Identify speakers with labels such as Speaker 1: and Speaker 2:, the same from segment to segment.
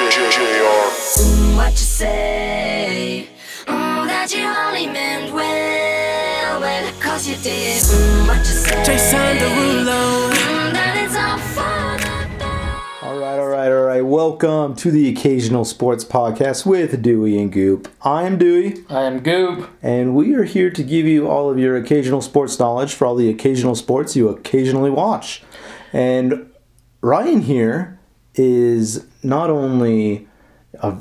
Speaker 1: What you say? Mm, that you only meant well, well, of course you did. Mm, what you say?
Speaker 2: Jason Derulo.
Speaker 1: Mm, that it's all for the best.
Speaker 3: All right, all right, all right. Welcome to the Occasional Sports Podcast with Dewey and Goop. I'm Dewey,
Speaker 4: I am Goop.
Speaker 3: and we are here to give you all of your occasional sports knowledge for all the occasional sports you occasionally watch. And Ryan here is not only a,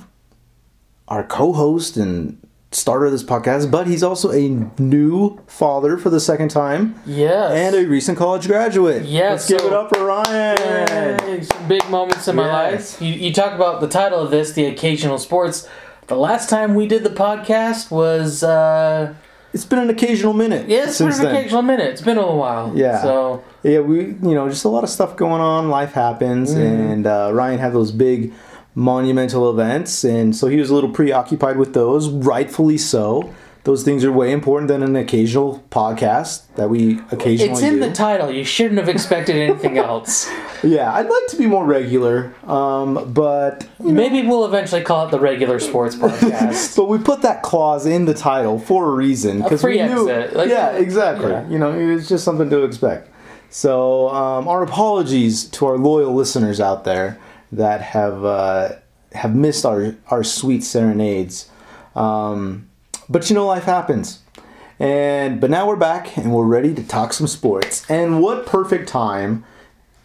Speaker 3: our co host and starter of this podcast, but he's also a new father for the second time
Speaker 4: Yes.
Speaker 3: and a recent college graduate.
Speaker 4: Yeah,
Speaker 3: Let's give
Speaker 4: so-
Speaker 3: it up for Ryan.
Speaker 4: Yay, some big moments in my
Speaker 3: Yes.
Speaker 4: life. You, you talk about the title of this, the occasional sports. The last time we did the podcast was uh,
Speaker 3: It's been an occasional minute.
Speaker 4: yeah, it's been
Speaker 3: since
Speaker 4: an
Speaker 3: then.
Speaker 4: occasional minute. It's been a little while.
Speaker 3: Yeah.
Speaker 4: So
Speaker 3: Yeah, we you know just a lot of stuff going on. Life happens,
Speaker 4: Mm-hmm.
Speaker 3: and uh, Ryan had those big monumental events, and so he was a little preoccupied with those. Rightfully so. Those things are way important than an occasional podcast that we occasionally
Speaker 4: it's in
Speaker 3: do.
Speaker 4: the title. You shouldn't have expected anything else.
Speaker 3: yeah, I'd like to be more regular, um, but
Speaker 4: Maybe we'll eventually call it the regular sports podcast.
Speaker 3: but we put that clause in the title for a reason because we
Speaker 4: free
Speaker 3: knew.
Speaker 4: exit, like-
Speaker 3: yeah, exactly.
Speaker 4: yeah.
Speaker 3: You know, it was just something to expect. So um, our apologies to our loyal listeners out there that have uh, have missed our our sweet serenades. Um, but you know, life happens. And but now we're back and we're ready to talk some sports. And what perfect time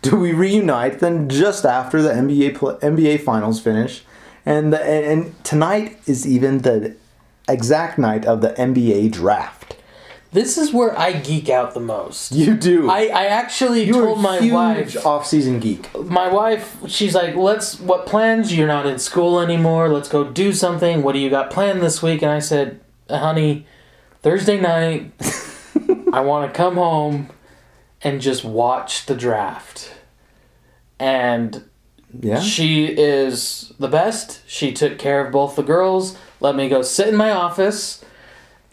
Speaker 3: do we reunite than just after the NBA pl- NBA finals finish? And the, and, and tonight is even the exact night of the NBA draft.
Speaker 4: this is where I geek out the most.
Speaker 3: You do.
Speaker 4: I, I actually
Speaker 3: You're
Speaker 4: told my
Speaker 3: huge
Speaker 4: wife
Speaker 3: off-season geek.
Speaker 4: my wife she's like let's what plans you're not in school anymore let's go do something what do you got planned this week and i said honey thursday night i want to come home and just watch the draft and
Speaker 3: Yeah.
Speaker 4: she is the best she took care of both the girls let me go sit in my office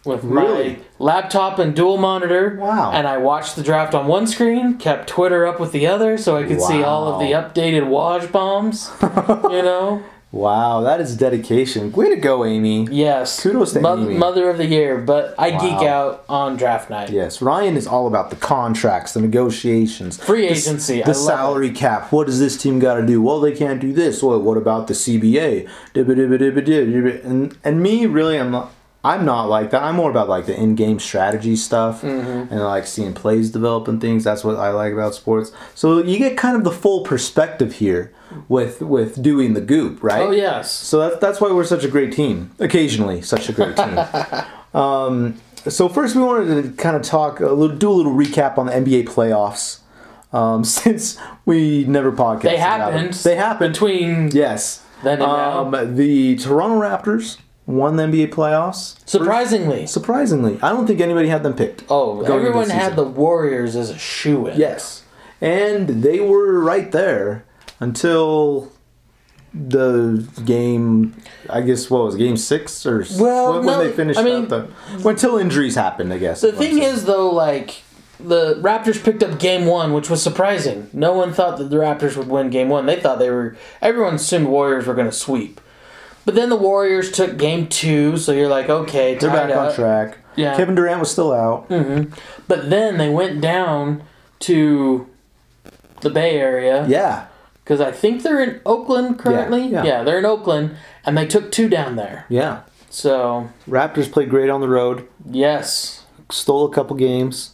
Speaker 4: with
Speaker 3: Really?
Speaker 4: my laptop and dual monitor
Speaker 3: Wow.
Speaker 4: and i watched the draft on one screen kept twitter up with the other so i could see all of the
Speaker 3: Wow.
Speaker 4: updated waj bombs you know
Speaker 3: Wow, that is dedication. Way to go, Amy.
Speaker 4: yes
Speaker 3: Kudos to
Speaker 4: Moth-
Speaker 3: Amy.
Speaker 4: mother of the year but i geek
Speaker 3: Wow.
Speaker 4: out on draft night
Speaker 3: Yes, Ryan is all about the contracts, the negotiations,
Speaker 4: Free
Speaker 3: the s-
Speaker 4: agency,
Speaker 3: the,
Speaker 4: I love
Speaker 3: salary cap. What does this team got to do? Well, they can't do this. Well, what about the CBA? Dibba, dibba, dibba, dibba, dibba. And and me really, I'm not. I'm not like that. I'm more about like the in-game strategy stuff
Speaker 4: Mm-hmm.
Speaker 3: and like seeing plays develop and things. That's what I like about sports. So you get kind of the full perspective here with with doing the goop, right?
Speaker 4: oh yes
Speaker 3: So that, that's why we're such a great team. Occasionally, such a great team. um, so first, we wanted to kind of talk a little, do a little recap on the NBA playoffs, um, since we never podcast.
Speaker 4: they happened
Speaker 3: They happened.
Speaker 4: between
Speaker 3: yes.
Speaker 4: then and now
Speaker 3: Um, the Toronto Raptors won the NBA playoffs.
Speaker 4: surprisingly
Speaker 3: Surprisingly, I don't think anybody had them picked.
Speaker 4: Oh,
Speaker 3: going into
Speaker 4: everyone
Speaker 3: the
Speaker 4: had
Speaker 3: season.
Speaker 4: the Warriors as a shoe in.
Speaker 3: Yes. And they were right there until the game I guess what was it, game 6 or s-
Speaker 4: Well,
Speaker 3: when, when
Speaker 4: no,
Speaker 3: they finished
Speaker 4: I mean-
Speaker 3: out the well, until injuries happened, I guess.
Speaker 4: The thing is, though, like the Raptors picked up Game One, which was surprising. No one thought that the Raptors would win Game One. They thought they were. Everyone assumed Warriors were going to sweep. But then the Warriors took Game Two, so you're like, okay,
Speaker 3: they're
Speaker 4: tied
Speaker 3: back on
Speaker 4: up.
Speaker 3: track.
Speaker 4: Yeah. Hmm.
Speaker 3: Kevin Durant was still out.
Speaker 4: But then they went down to the Bay Area
Speaker 3: Yeah.
Speaker 4: because I think they're in Oakland currently.
Speaker 3: yeah.
Speaker 4: yeah, they're in Oakland, and they took two down there.
Speaker 3: Yeah.
Speaker 4: So
Speaker 3: Raptors played great on the road,
Speaker 4: yes,
Speaker 3: stole a couple games,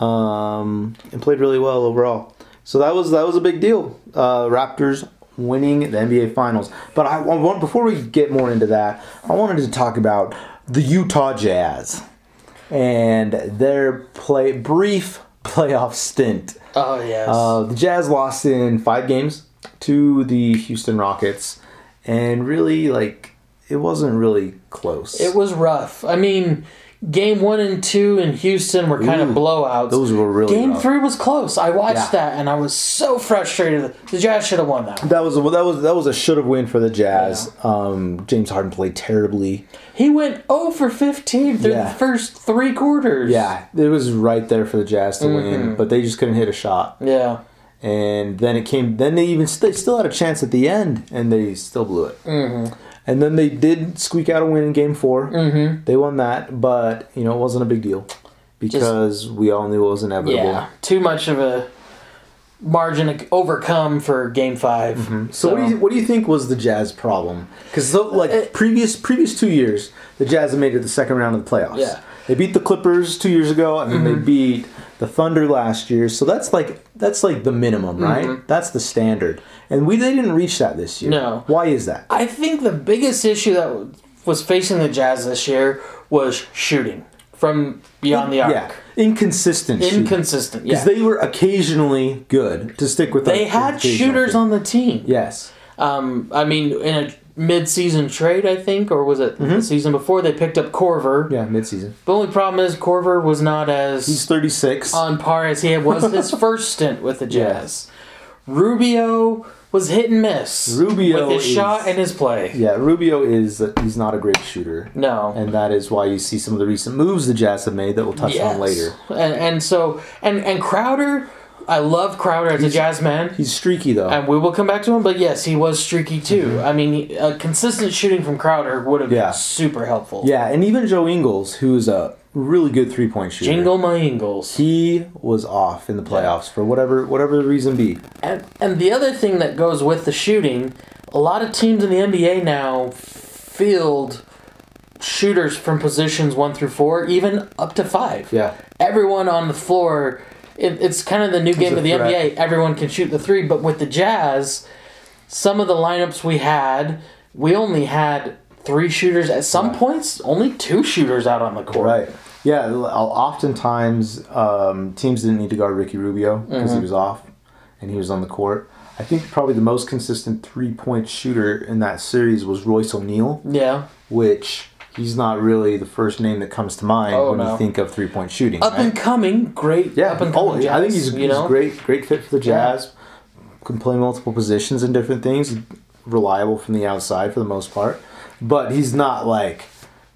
Speaker 3: um, and played really well overall. So that was that was a big deal. Uh, Raptors winning the NBA Finals. But I I want before we get more into that, I wanted to talk about the Utah Jazz and their play brief playoff stint.
Speaker 4: oh yes.
Speaker 3: Uh, the Jazz lost in five games to the Houston Rockets, and really like it wasn't really close.
Speaker 4: It was rough. I mean, game one and two in Houston were kind
Speaker 3: Ooh,
Speaker 4: of blowouts.
Speaker 3: those were really
Speaker 4: Game
Speaker 3: rough.
Speaker 4: three was close. I watched
Speaker 3: Yeah.
Speaker 4: that and I was so frustrated. The Jazz should have won that.
Speaker 3: That was a, that was that was a should have win for the Jazz. Um, James Harden played terribly.
Speaker 4: He went 0 for 15 through
Speaker 3: Yeah.
Speaker 4: the first three quarters.
Speaker 3: Mm-hmm. Yeah, it was right there for the Jazz to win, but they just couldn't hit a shot.
Speaker 4: Yeah.
Speaker 3: and then it came. Then they even st- still had a chance at the end, and they still blew it. And then they did squeak out a win in Game 4 Mm-hmm. They won that, but you know it wasn't a big deal because we all knew it was inevitable.
Speaker 4: Yeah, too much of a margin to overcome for Game 5
Speaker 3: So, what do you what do you think was the Jazz problem? Because
Speaker 4: Uh,
Speaker 3: like previous previous two years, the Jazz have made it the second round of the playoffs.
Speaker 4: Yeah. Mm-hmm.
Speaker 3: they beat the Clippers two years ago, and then they beat the Thunder last year. So that's like that's like the minimum,
Speaker 4: Mm-hmm.
Speaker 3: right? That's the standard, and we they didn't reach that this year.
Speaker 4: No.
Speaker 3: why is that?
Speaker 4: I think the biggest issue that w- was facing the Jazz this year was shooting from beyond the arc.
Speaker 3: Yeah, inconsistent.
Speaker 4: Inconsistent. Yeah.
Speaker 3: Because
Speaker 4: They,
Speaker 3: they were occasionally good to stick with. that
Speaker 4: had
Speaker 3: occasional
Speaker 4: shooters
Speaker 3: thing.
Speaker 4: on the team.
Speaker 3: Yes.
Speaker 4: Um, I mean, in a mid-season trade, I think, or was it the season before they picked up Corver?
Speaker 3: Mm-hmm. Yeah, midseason.
Speaker 4: The only problem is Corver was not as
Speaker 3: He's thirty six.
Speaker 4: on par as he was his first stint with the Jazz. Rubio was hit and miss.
Speaker 3: Rubio
Speaker 4: with his
Speaker 3: is-
Speaker 4: shot and his play.
Speaker 3: yeah, Rubio is he's not a great shooter.
Speaker 4: No.
Speaker 3: and that is why you see some of the recent moves the Jazz have made that we'll touch
Speaker 4: Yes.
Speaker 3: on later.
Speaker 4: And, and so and and Crowder, I love Crowder as a jazz man.
Speaker 3: He's streaky though.
Speaker 4: and we will come back to him, but yes, he was streaky too. I mean, a consistent shooting from Crowder would have
Speaker 3: Mm-hmm. Yeah.
Speaker 4: been super helpful.
Speaker 3: yeah, and even Joe Ingles, who is a really good three point shooter,
Speaker 4: Jingle my ingles.
Speaker 3: he was off in the playoffs for whatever whatever the reason be.
Speaker 4: And, and the other thing that goes with the shooting, a lot of teams in the NBA now field shooters from positions one through four, even up to five.
Speaker 3: Yeah.
Speaker 4: Everyone on the floor, it, it's kind of the new game
Speaker 3: a
Speaker 4: of the
Speaker 3: threat.
Speaker 4: NBA. Everyone can shoot the three, but with the Jazz, some of the lineups we had, we only had three shooters at some points, only two shooters out on the court.
Speaker 3: Right. Yeah. l- uh, Oftentimes, um, teams didn't need to guard Ricky Rubio because
Speaker 4: Mm-hmm.
Speaker 3: he was off and he was on the court. I think probably the most consistent three point shooter in that series was Royce O'Neal,
Speaker 4: Yeah.
Speaker 3: which he's not really the first name that comes to mind
Speaker 4: Oh,
Speaker 3: when
Speaker 4: no.
Speaker 3: you think of three point shooting.
Speaker 4: Up
Speaker 3: right?
Speaker 4: and coming, great.
Speaker 3: Yeah,
Speaker 4: up and
Speaker 3: oh,
Speaker 4: coming.
Speaker 3: yeah, I think
Speaker 4: Jazz,
Speaker 3: he's, he's great, great fit for the
Speaker 4: Yeah.
Speaker 3: Jazz. Can play multiple positions and different things. Reliable from the outside for the most part, but he's not like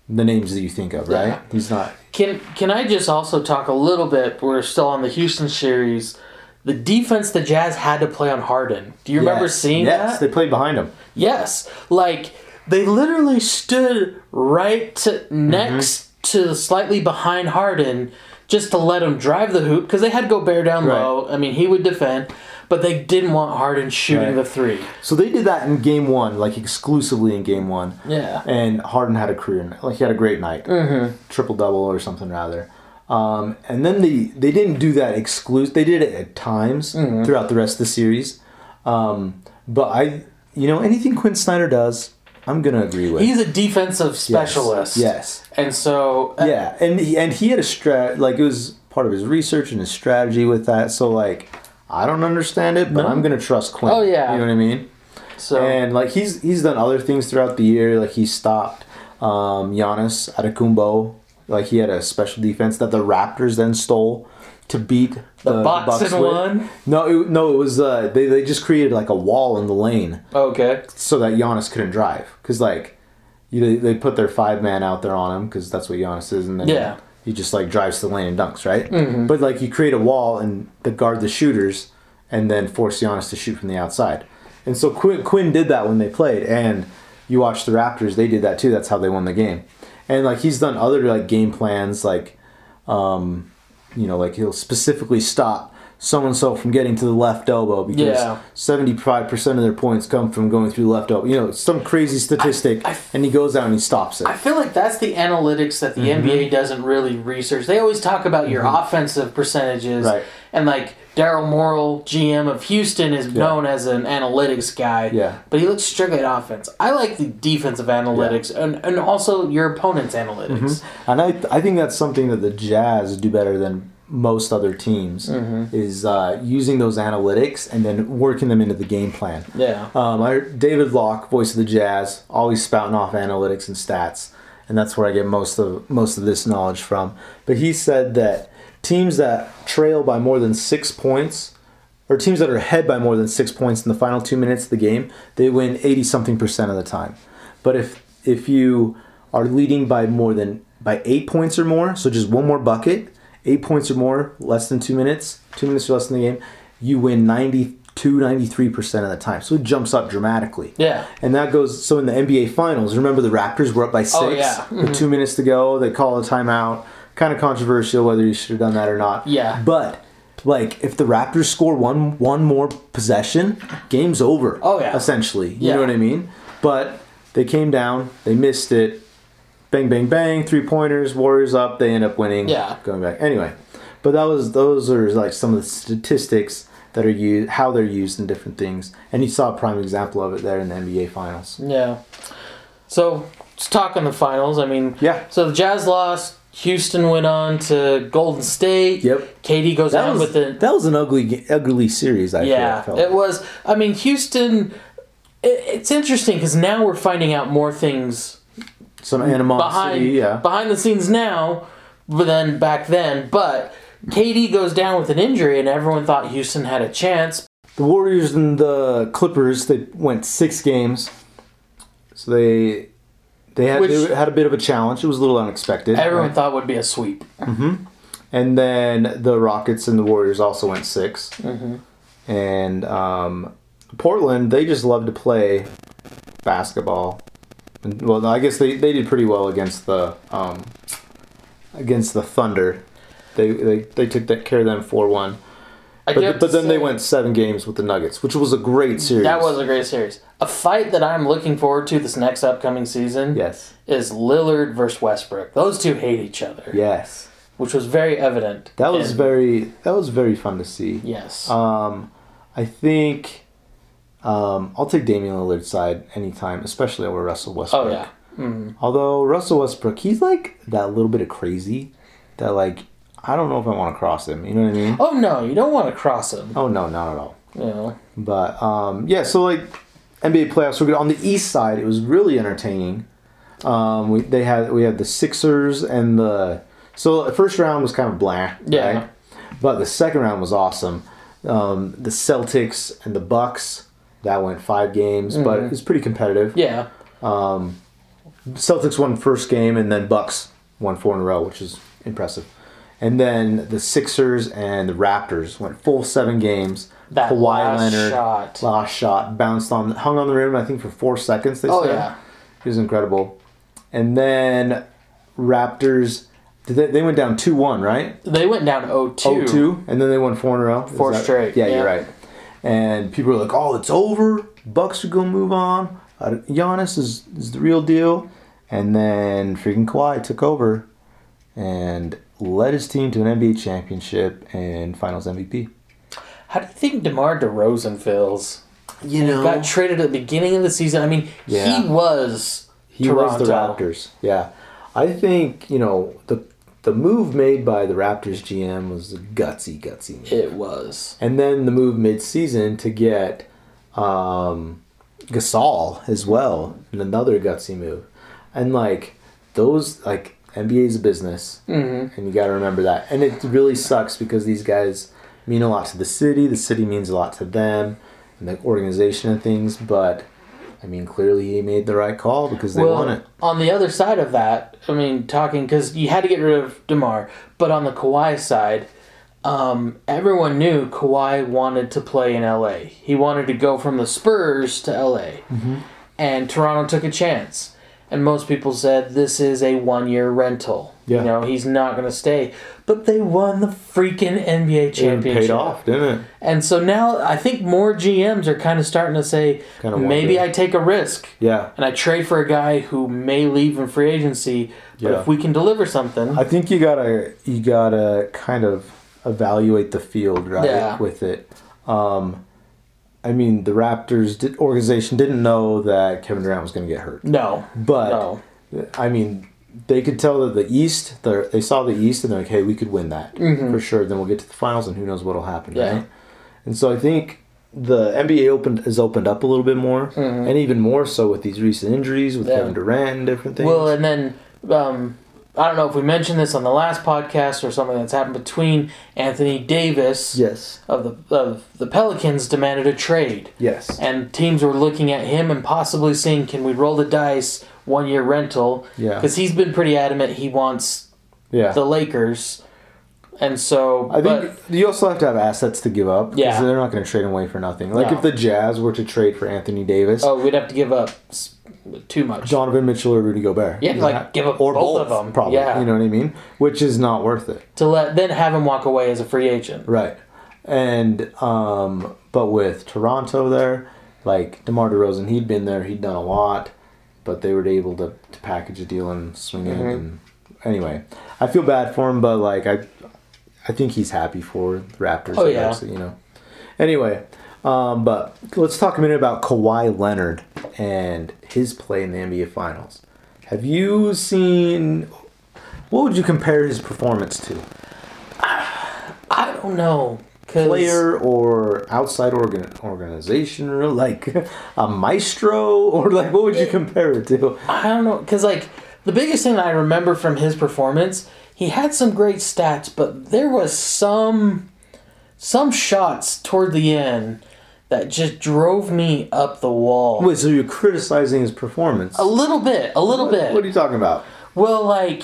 Speaker 3: the names that you think of, right?
Speaker 4: Yeah.
Speaker 3: He's not.
Speaker 4: Can can I just also talk a little bit? We're still on the Houston series. The defense the Jazz had to play on Harden. Do you remember
Speaker 3: Yes,
Speaker 4: seeing
Speaker 3: Yes,
Speaker 4: that?
Speaker 3: they played behind him.
Speaker 4: yes. Like they literally stood right to, next
Speaker 3: Mm-hmm.
Speaker 4: to slightly behind Harden just to let him drive the hoop because they had Gobert down
Speaker 3: Right.
Speaker 4: low. I mean, he would defend, but they didn't want Harden shooting
Speaker 3: Right.
Speaker 4: the three.
Speaker 3: So they did that in game one, like exclusively in game one.
Speaker 4: Yeah.
Speaker 3: And Harden had a career, night. like he had a great night, mm-hmm. triple double or something rather. Um, and then they they didn't do that exclusive. They did it at times
Speaker 4: Mm-hmm.
Speaker 3: throughout the rest of the series. Um, but I, you know, anything Quinn Snyder does, I'm gonna agree with.
Speaker 4: He's a defensive
Speaker 3: Yes.
Speaker 4: specialist.
Speaker 3: Yes.
Speaker 4: And so uh,
Speaker 3: Yeah, and he, and he had a strat like it was part of his research and his strategy with that. So like, I don't understand it, but I'm gonna trust Quinn.
Speaker 4: Oh, yeah.
Speaker 3: you know what I mean.
Speaker 4: so
Speaker 3: And like he's he's done other things throughout the year. Like he stopped um, Giannis Adekumbo. Like he had a special defense that the Raptors then stole to beat the, the
Speaker 4: Bucks
Speaker 3: Bucks
Speaker 4: and
Speaker 3: with.
Speaker 4: won?
Speaker 3: No, it, no, it was uh, they they just created like a wall in the lane
Speaker 4: okay.
Speaker 3: so that Giannis couldn't drive because like you, they, they put their five man out there on him because that's what Giannis is, and then
Speaker 4: Yeah. Mm-hmm.
Speaker 3: he just like drives to the lane and dunks, right? But like you create a wall and the guard the shooters, and then force Giannis to shoot from the outside. And so Quinn, Quinn did that when they played, and you watch the Raptors; they did that too. That's how they won the game. And like he's done other like game plans, like um, you know, like he'll specifically stop so and so from getting to the left elbow because
Speaker 4: Yeah.
Speaker 3: seventy-five percent of their points come from going through the left elbow. You know, some crazy statistic,
Speaker 4: I- I-
Speaker 3: and he goes out and he stops it.
Speaker 4: I feel like that's the analytics that the
Speaker 3: Mm-hmm.
Speaker 4: NBA doesn't really research. They always talk about your offensive percentages,
Speaker 3: Right.
Speaker 4: and like Daryl Morrell, GM of Houston, is known as an analytics guy.
Speaker 3: Yeah.
Speaker 4: but he looks strictly at offense. I like the defensive analytics and, and also your opponent's analytics.
Speaker 3: And I, I think that's something that the Jazz do better than most other teams
Speaker 4: Mm-hmm.
Speaker 3: is uh, using those analytics and then working them into the game plan.
Speaker 4: Yeah.
Speaker 3: Um, I, David Locke, voice of the Jazz, always spouting off analytics and stats, and that's where I get most of most of this knowledge from. But he said that teams that trail by more than six points, or teams that are ahead by more than six points in the final two minutes of the game, they win eighty something percent of the time. But if if you are leading by more than by eight points or more, so just one more bucket, eight points or more, less than two minutes, two minutes or less in the game, you win 92, 93% of the time. So it jumps up dramatically.
Speaker 4: Yeah.
Speaker 3: And that goes, so in the NBA Finals, remember the Raptors were up by six
Speaker 4: Oh, yeah.
Speaker 3: with two minutes to go. They call a timeout. Kind of controversial whether you should have done that or not.
Speaker 4: Yeah.
Speaker 3: But, like, if the Raptors score one one more possession, game's over.
Speaker 4: Oh, yeah.
Speaker 3: Essentially. You
Speaker 4: Yeah.
Speaker 3: know what I mean? But they came down, they missed it. Bang, bang, bang, three pointers, Warriors up, they end up winning.
Speaker 4: Yeah.
Speaker 3: Going back. Anyway. But that was those are like some of the statistics that are used how they're used in different things. And you saw a prime example of it there in the NBA finals.
Speaker 4: Yeah. So, just talking the finals, I mean,
Speaker 3: Yeah.
Speaker 4: So the Jazz lost. Houston went on to Golden State.
Speaker 3: Yep.
Speaker 4: KD goes
Speaker 3: That
Speaker 4: down
Speaker 3: was,
Speaker 4: with it.
Speaker 3: that was an ugly ga- ugly series I feel-
Speaker 4: yeah,
Speaker 3: felt.
Speaker 4: it was. I mean, Houston. It, it's interesting because now we're finding out more things
Speaker 3: Some animosity,
Speaker 4: behind
Speaker 3: yeah.
Speaker 4: behind the scenes now but then back then but KD goes down with an injury and everyone thought Houston had a chance
Speaker 3: The Warriors and the Clippers they went six games. So they they had,
Speaker 4: Which-
Speaker 3: they had a bit of a challenge. It was a little unexpected.
Speaker 4: everyone
Speaker 3: right?
Speaker 4: thought would be a sweep
Speaker 3: And then the Rockets and the Warriors also went 6
Speaker 4: Mm-hmm.
Speaker 3: And um, Portland, they just love to play basketball. And, well, I guess they, they did pretty well against the um, against the Thunder. They they, they took that care of them four one.
Speaker 4: I do
Speaker 3: But,
Speaker 4: have
Speaker 3: but
Speaker 4: to
Speaker 3: then they
Speaker 4: say,
Speaker 3: went seven games with the Nuggets, which was a great series.
Speaker 4: that was a great series a fight that I'm looking forward to this next upcoming season
Speaker 3: yes,
Speaker 4: is Lillard versus Westbrook those two hate each other
Speaker 3: yes.
Speaker 4: which was very evident
Speaker 3: That was
Speaker 4: in-
Speaker 3: very that was very fun to see.
Speaker 4: yes
Speaker 3: Um, I think um, I'll take Damian Lillard's side anytime, especially over Russell Westbrook.
Speaker 4: oh yeah
Speaker 3: Although Russell Westbrook, he's like that little bit of crazy that like I don't know if I want to cross him. You know what I mean?
Speaker 4: oh no you don't want to cross him
Speaker 3: Oh no, not at all.
Speaker 4: you know
Speaker 3: But um, yeah, so like NBA playoffs were good. On the East side, it was really entertaining. Um, we they had we had the Sixers and the so the first round was kind of bland.
Speaker 4: Yeah.
Speaker 3: But the second round was awesome. Um, the Celtics and the Bucks that went five games, but it was pretty competitive.
Speaker 4: yeah
Speaker 3: Celtics won first game, and then Bucks won four in a row, which is impressive. And then the Sixers and the Raptors went full seven games.
Speaker 4: That last shot.
Speaker 3: last shot, bounced on, hung on the rim. I think for four seconds. They
Speaker 4: Oh,
Speaker 3: said.
Speaker 4: yeah.
Speaker 3: it was incredible. And then Raptors, did they, they went down two one, right?
Speaker 4: they went down 0-2
Speaker 3: Oh two, and then they won four in a row. Is
Speaker 4: Four straight,
Speaker 3: Yeah,
Speaker 4: yeah.
Speaker 3: you're right. And people are like, "Oh, it's over. Bucks are gonna move on. Uh, Giannis is is the real deal." And then freaking Kawhi took over and led his team to an NBA championship and Finals MVP.
Speaker 4: How do you think DeMar DeRozan feels?
Speaker 3: You know,
Speaker 4: Got traded at the beginning of the season. I mean,
Speaker 3: Yeah.
Speaker 4: he was
Speaker 3: he
Speaker 4: Toronto.
Speaker 3: was the Raptors. Yeah, I think you know the the move made by the Raptors GM was a gutsy, gutsy move.
Speaker 4: It was.
Speaker 3: and then the move mid-season to get um, Gasol as well, and another gutsy move, and like those like NBA is a business, and you got to remember that. And it really sucks because these guys mean a lot to the city. The city means a lot to them and the organization and things. But I mean, clearly he made the right call because they won it.
Speaker 4: on the other side of that, I mean, talking because you had to get rid of DeMar, but on the Kawhi side, um, everyone knew Kawhi wanted to play in LA. He wanted to go from the Spurs to LA,
Speaker 3: Mm-hmm.
Speaker 4: and Toronto took a chance. And most people said this is a one-year rental.
Speaker 3: Yeah.
Speaker 4: You know, he's not going to stay. But they won the freaking NBA
Speaker 3: And
Speaker 4: championship.
Speaker 3: paid off, didn't it?
Speaker 4: And so now I think more GMs are kind of starting to say,
Speaker 3: Kinda want
Speaker 4: maybe
Speaker 3: to.
Speaker 4: I take a risk
Speaker 3: Yeah.
Speaker 4: and I trade for a guy who may leave in free agency, but
Speaker 3: Yeah.
Speaker 4: if we can deliver something,
Speaker 3: I think you gotta you gotta kind of evaluate the field right
Speaker 4: Yeah.
Speaker 3: with it. Um, I mean, the Raptors did, organization didn't know that Kevin Durant was going to get hurt,
Speaker 4: no,
Speaker 3: but
Speaker 4: no,
Speaker 3: I mean, they could tell that the East they're- they saw the East and they're like, hey, we could win that for sure. Then we'll get to the finals, and who knows what'll happen,
Speaker 4: Mm-hmm. Yeah.
Speaker 3: right? And so I think the NBA opened has opened up a little bit more, and even more so with these recent injuries with
Speaker 4: Mm-hmm. Yeah.
Speaker 3: Kevin Durant and different things.
Speaker 4: Well, and then um, I don't know if we mentioned this on the last podcast or something that's happened between Anthony Davis
Speaker 3: yes,
Speaker 4: of the of the Pelicans demanded a trade,
Speaker 3: yes,
Speaker 4: and teams were looking at him and possibly saying, can we roll the dice one year rental?
Speaker 3: Yeah.
Speaker 4: because he's been pretty adamant he wants
Speaker 3: yeah.
Speaker 4: the Lakers. And so,
Speaker 3: I
Speaker 4: but
Speaker 3: think you also have to have assets to give up. 'cause
Speaker 4: Yeah.
Speaker 3: they're not going to trade him away for nothing. Like
Speaker 4: No.
Speaker 3: if the Jazz were to trade for Anthony Davis,
Speaker 4: oh, we'd have to give up s- too much.
Speaker 3: Donovan Mitchell or Rudy Gobert,
Speaker 4: Yeah, like, give up both of them.
Speaker 3: probably.
Speaker 4: Yeah.
Speaker 3: You know what I mean? Which is not worth it,
Speaker 4: to let then have him walk away as a free agent.
Speaker 3: right? And um, but with Toronto there, like Demar Derozan, he'd been there, he'd done a lot, but they were able to, to package a deal and swing
Speaker 4: Mm-hmm.
Speaker 3: it. And anyway, I feel bad for him, but like I, I think he's happy for the Raptors.
Speaker 4: Oh, yeah.
Speaker 3: obviously, you know. Anyway, um, but let's talk a minute about Kawhi Leonard and his play in the NBA Finals. Have you seen? What would you compare his performance to?
Speaker 4: I don't know. 'cause-
Speaker 3: Player or outside organ organization, or like a maestro, or like what would you compare it to?
Speaker 4: I don't know, because like the biggest thing I remember from his performance, he had some great stats, but there was some some shots toward the end that just drove me up the wall.
Speaker 3: Wait, so you're criticizing his performance?
Speaker 4: a little bit, a little bit.
Speaker 3: What are you talking about?
Speaker 4: Well, like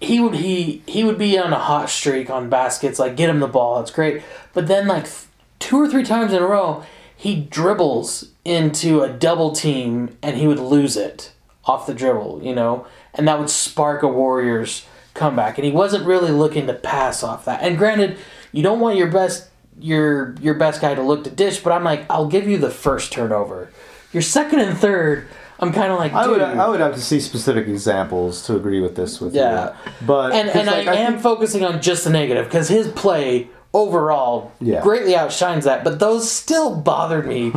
Speaker 4: he would he he would be on a hot streak on baskets, like get him the ball, it's great. But then like th- two or three times in a row, he dribbles into a double team and he would lose it off the dribble, you know, and that would spark a Warriors comeback. And he wasn't really looking to pass off that. And granted, you don't want your best your your best guy to look to dish, but I'm like, I'll give you the first turnover. Your second and third, I'm kind of like, dude.
Speaker 3: I would, I would have to see specific examples to agree with this with
Speaker 4: Yeah.
Speaker 3: you. But
Speaker 4: and
Speaker 3: 'cause,
Speaker 4: and
Speaker 3: like,
Speaker 4: I, am
Speaker 3: think-
Speaker 4: focusing on just the negative because his play overall
Speaker 3: Yeah.
Speaker 4: greatly outshines that. But those still bothered me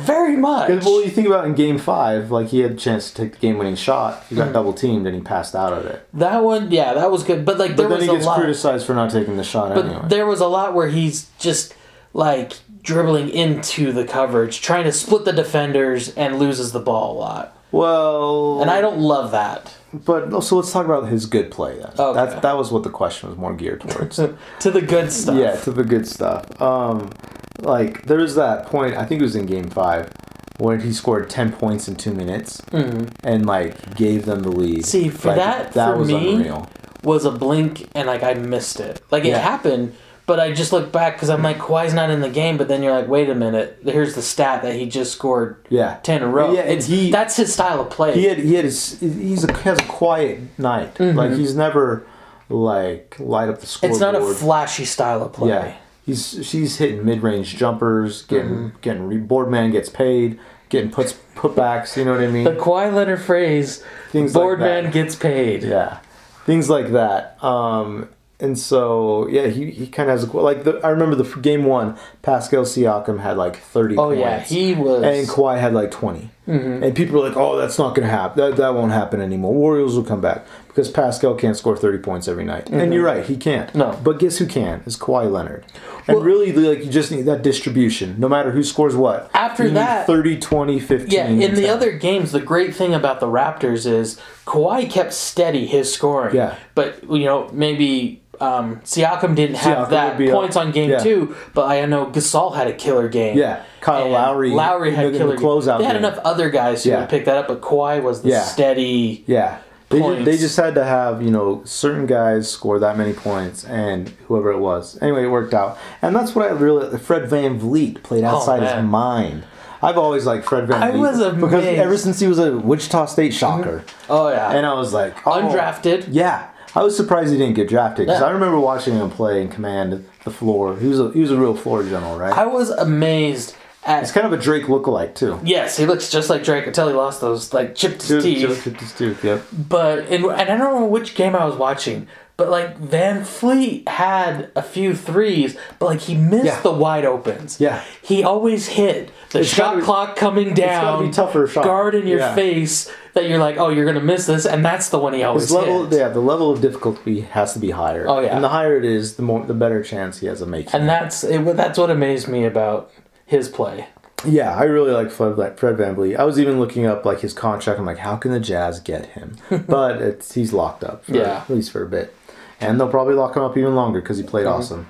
Speaker 4: very much.
Speaker 3: well, you think about in game five, like he had a chance to take the game winning shot. He got
Speaker 4: Mm-hmm.
Speaker 3: double teamed and he passed out of it.
Speaker 4: that one, yeah, that was good. But like
Speaker 3: But
Speaker 4: there
Speaker 3: then
Speaker 4: was
Speaker 3: he
Speaker 4: a
Speaker 3: gets
Speaker 4: lot.
Speaker 3: criticized for not taking the shot
Speaker 4: but
Speaker 3: anyway.
Speaker 4: there was a lot where he's just like dribbling into the coverage, trying to split the defenders, and loses the ball a lot.
Speaker 3: well,
Speaker 4: And I don't love that.
Speaker 3: but also let's talk about his good play then.
Speaker 4: Okay.
Speaker 3: That that was what the question was more geared towards.
Speaker 4: To the good stuff.
Speaker 3: Yeah, to the good stuff. Um, like there's that point. I think it was in Game Five when he scored ten points in two minutes and like gave them the lead.
Speaker 4: Mm-hmm. See, for
Speaker 3: Like,
Speaker 4: that, for me, was a blink and like I missed it. Like it
Speaker 3: Yeah.
Speaker 4: happened, but I just looked back because I'm like, Kawhi's not in the game. But then you're like, wait a minute, here's the stat that he just scored
Speaker 3: Yeah,
Speaker 4: ten in a row.
Speaker 3: Yeah, and
Speaker 4: It's-
Speaker 3: he
Speaker 4: that's his style of play.
Speaker 3: he had he had his he's a has a quiet night. Like he's never like light up the scoreboard.
Speaker 4: Mm-hmm. it's not a flashy style of play.
Speaker 3: Yeah, he's she's hitting mid range jumpers, getting
Speaker 4: Mm-hmm.
Speaker 3: getting re- board man gets paid, getting puts putbacks. You know what I mean?
Speaker 4: The Kawhi Leonard phrase,
Speaker 3: Things like
Speaker 4: board
Speaker 3: that.
Speaker 4: man gets paid.
Speaker 3: Yeah, things like that. Um, and so yeah, he, he kind of has a like the I remember the game one. Pascal Siakam had like thirty.
Speaker 4: Oh yeah, he was. Mm-hmm.
Speaker 3: and Kawhi had like 20 and people were like, "Oh, that's not gonna happen. That that won't happen anymore. Warriors will come back because Pascal can't score thirty points every night." And you're right, he can't.
Speaker 4: Mm-hmm. No.
Speaker 3: but guess who can? Is Kawhi Leonard. And really, like you just need that distribution. No matter who scores what.
Speaker 4: After
Speaker 3: you need
Speaker 4: that-
Speaker 3: 30, 20, 15.
Speaker 4: yeah, in the
Speaker 3: 10.
Speaker 4: other games, the great thing about the Raptors is Kawhi kept steady his scoring.
Speaker 3: Yeah.
Speaker 4: But, you know, maybe um, Siakam didn't
Speaker 3: Siakam would
Speaker 4: have that
Speaker 3: be up.
Speaker 4: points on game
Speaker 3: Yeah.
Speaker 4: two, but I know Gasol had a killer game.
Speaker 3: Yeah, Kyle
Speaker 4: And
Speaker 3: Lowry.
Speaker 4: Lowry had
Speaker 3: in the, in
Speaker 4: killer
Speaker 3: the closeout.
Speaker 4: They had
Speaker 3: game.
Speaker 4: enough other guys who
Speaker 3: Yeah.
Speaker 4: would pick that up, but Kawhi was the
Speaker 3: Yeah.
Speaker 4: steady.
Speaker 3: Yeah. They just, they
Speaker 4: points.
Speaker 3: just had to have, you know, certain guys score that many points and whoever it was. Anyway, it worked out. And that's what I really Fred Van Vliet played outside his
Speaker 4: man.
Speaker 3: mind. I've always liked Fred Van
Speaker 4: I
Speaker 3: Vliet.
Speaker 4: was
Speaker 3: because
Speaker 4: amazed.
Speaker 3: ever since he was a Wichita State shocker.
Speaker 4: Oh, yeah.
Speaker 3: And I was like oh.
Speaker 4: Undrafted.
Speaker 3: Yeah. I was surprised he didn't get drafted because
Speaker 4: Yeah.
Speaker 3: I remember watching him play and command the floor. He was a he was a real floor general, right?
Speaker 4: I was amazed at.
Speaker 3: It's kind of a Drake lookalike too.
Speaker 4: Yes, he looks just like Drake until he lost those, like, chipped his teeth.
Speaker 3: Steve. Yep.
Speaker 4: But and, and I don't know which game I was watching, but like Van Fleet had a few threes, but like he missed
Speaker 3: Yeah.
Speaker 4: the wide opens.
Speaker 3: Yeah.
Speaker 4: he always hit the
Speaker 3: It's
Speaker 4: shot
Speaker 3: gotta be-
Speaker 4: clock coming down.
Speaker 3: gotta be tougher shot.
Speaker 4: Guard in your
Speaker 3: Yeah.
Speaker 4: face that you're like, oh, you're gonna miss this, and that's the one he always
Speaker 3: His level,
Speaker 4: hits.
Speaker 3: yeah, the level of difficulty has to be higher.
Speaker 4: Oh, yeah.
Speaker 3: and the higher it is, the more the better chance he has of making.
Speaker 4: And that's it, that's what amazed me about his play.
Speaker 3: yeah, I really like Fred, like Fred VanVleet. I was even looking up like his contract. I'm like, how can the Jazz get him? but it's he's locked up. For,
Speaker 4: Yeah.
Speaker 3: at least for a bit, and they'll probably lock him up even longer because he played
Speaker 4: Mm-hmm.
Speaker 3: awesome.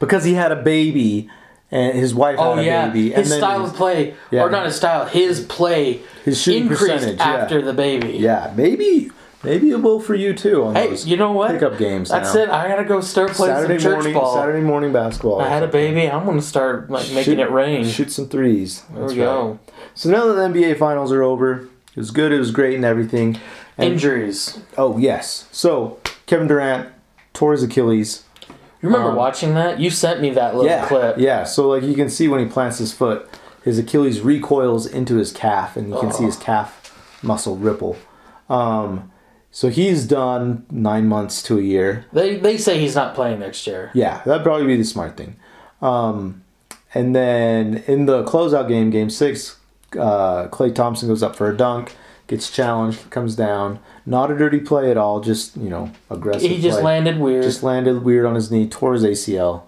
Speaker 3: Because he had a baby, and his wife
Speaker 4: Oh
Speaker 3: had a
Speaker 4: yeah,
Speaker 3: baby. Uh, and
Speaker 4: his
Speaker 3: then
Speaker 4: style
Speaker 3: he's-
Speaker 4: of play,
Speaker 3: Yeah.
Speaker 4: or not his style, his play
Speaker 3: His shooting
Speaker 4: increased
Speaker 3: percentage, yeah.
Speaker 4: after the baby.
Speaker 3: Yeah, maybe Maybe it will for you too on
Speaker 4: Hey,
Speaker 3: those
Speaker 4: you know what?
Speaker 3: pickup games.
Speaker 4: That's
Speaker 3: now.
Speaker 4: it. I gotta go start playing
Speaker 3: Saturday
Speaker 4: some church
Speaker 3: morning,
Speaker 4: ball.
Speaker 3: Saturday morning basketball.
Speaker 4: I had a baby. I'm gonna start like making
Speaker 3: Shoot-
Speaker 4: it rain.
Speaker 3: Shoot some threes.
Speaker 4: there
Speaker 3: That's
Speaker 4: we go.
Speaker 3: right. So now that the NBA finals are over, it was good. It was great and everything. And-
Speaker 4: Injuries.
Speaker 3: Oh yes. So Kevin Durant tore his Achilles.
Speaker 4: You remember
Speaker 3: Um,
Speaker 4: watching that? You sent me that little
Speaker 3: yeah.
Speaker 4: clip.
Speaker 3: Yeah. So like you can see when he plants his foot, his Achilles recoils into his calf, and you can see his calf muscle ripple. Um, so he's done nine months to a year.
Speaker 4: They they say he's not playing next year.
Speaker 3: Yeah, that'd probably be the smart thing. Um, and then in the closeout game, game six, uh, Clay Thompson goes up for a dunk, gets challenged, comes down. Not a dirty play at all, just, you know, aggressive.
Speaker 4: He just
Speaker 3: play.
Speaker 4: landed weird.
Speaker 3: Just landed weird on his knee, tore his ACL.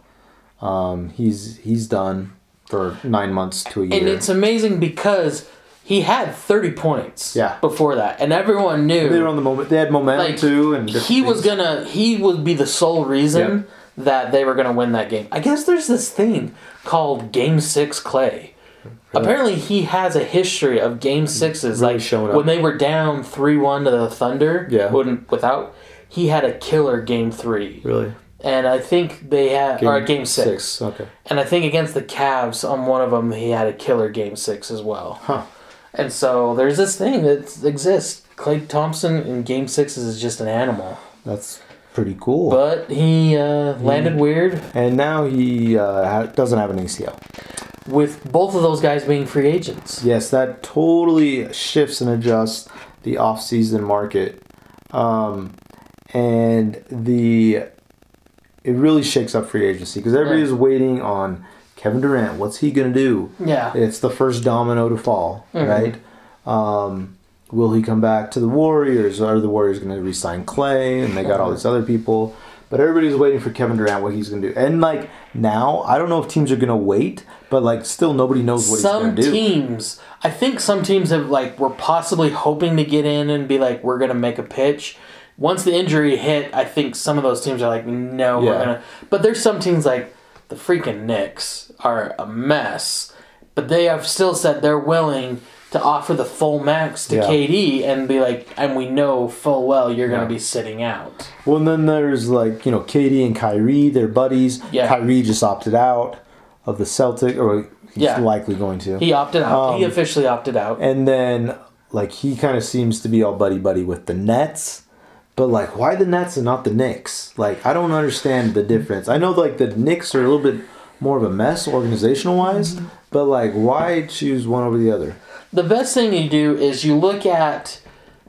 Speaker 3: Um, he's he's done for nine months to a year.
Speaker 4: and it's amazing because he had 30 points
Speaker 3: Yeah.
Speaker 4: before that, and everyone knew
Speaker 3: they were on the moment. They had momentum
Speaker 4: like
Speaker 3: too, and
Speaker 4: he was gonna he would be the sole reason that they were gonna win that game. I guess there's this thing called Game Six Clay. Apparently, he has a history of Game Sixes.
Speaker 3: Mm, Really
Speaker 4: like
Speaker 3: showing up.
Speaker 4: when they were down three one to the Thunder.
Speaker 3: Yeah.
Speaker 4: wouldn't without he had a killer Game Three.
Speaker 3: really
Speaker 4: And I think they had or Game six.
Speaker 3: Okay,
Speaker 4: And I think against the Cavs on one of them, he had a killer game six as well.
Speaker 3: Huh.
Speaker 4: And so there's this thing that exists. Clay Thompson in game sixes is just an animal.
Speaker 3: that's pretty cool.
Speaker 4: But he uh, landed weird
Speaker 3: and now he uh, ha- doesn't have an ACL.
Speaker 4: with both of those guys being free agents.
Speaker 3: Yes, that totally shifts and adjusts the off-season market, um, and the it really shakes up free agency because everybody's waiting on Kevin Durant. What's he gonna do?
Speaker 4: Yeah.
Speaker 3: It's the first domino to fall, right? Um, will he come back to the Warriors? Are the Warriors going to resign Clay? And they got all these other people. But everybody's waiting for Kevin Durant, what he's going to do. And, like, now, I don't know if teams are going to wait, but, like, still nobody knows what he's
Speaker 4: Some
Speaker 3: going to do.
Speaker 4: teams, I think some teams have like were possibly hoping to get in and be like, we're gonna make a pitch. Once the injury hit, I think some of those teams are like, no, we're
Speaker 3: Yeah.
Speaker 4: gonna. But there's some teams like the freaking Knicks are a mess, but they have still said they're willing to offer the full max to
Speaker 3: Yeah.
Speaker 4: KD and be like, and we know full well you're
Speaker 3: Yeah.
Speaker 4: gonna be sitting out.
Speaker 3: Well, and then there's, like, you know, Katie and Kyrie, they're buddies.
Speaker 4: Yeah.
Speaker 3: Kyrie just opted out of the Celtic, or he's
Speaker 4: Yeah.
Speaker 3: likely going to.
Speaker 4: He opted out. he
Speaker 3: Um,
Speaker 4: officially opted out.
Speaker 3: And then, like, he kind of seems to be all buddy buddy with the Nets. But, like, why the Nets and not the Knicks? Like, I don't understand the difference. I know, like, the Knicks are a little bit more of a mess organizational
Speaker 4: Mm-hmm.
Speaker 3: wise, but, like, why choose one over the other?
Speaker 4: the best thing you do is you look at